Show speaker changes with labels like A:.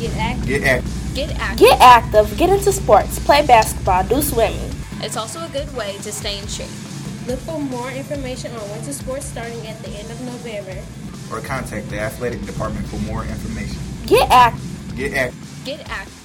A: Get active.
B: Get at
A: Get active.
C: Get active, get into sports, play basketball, do swimming.
A: It's also a good way to stay in shape.
D: Look for more information on winter sports starting at the end of November.
B: or contact the athletic department for more information.
C: Get active.
B: Get at
A: Get active.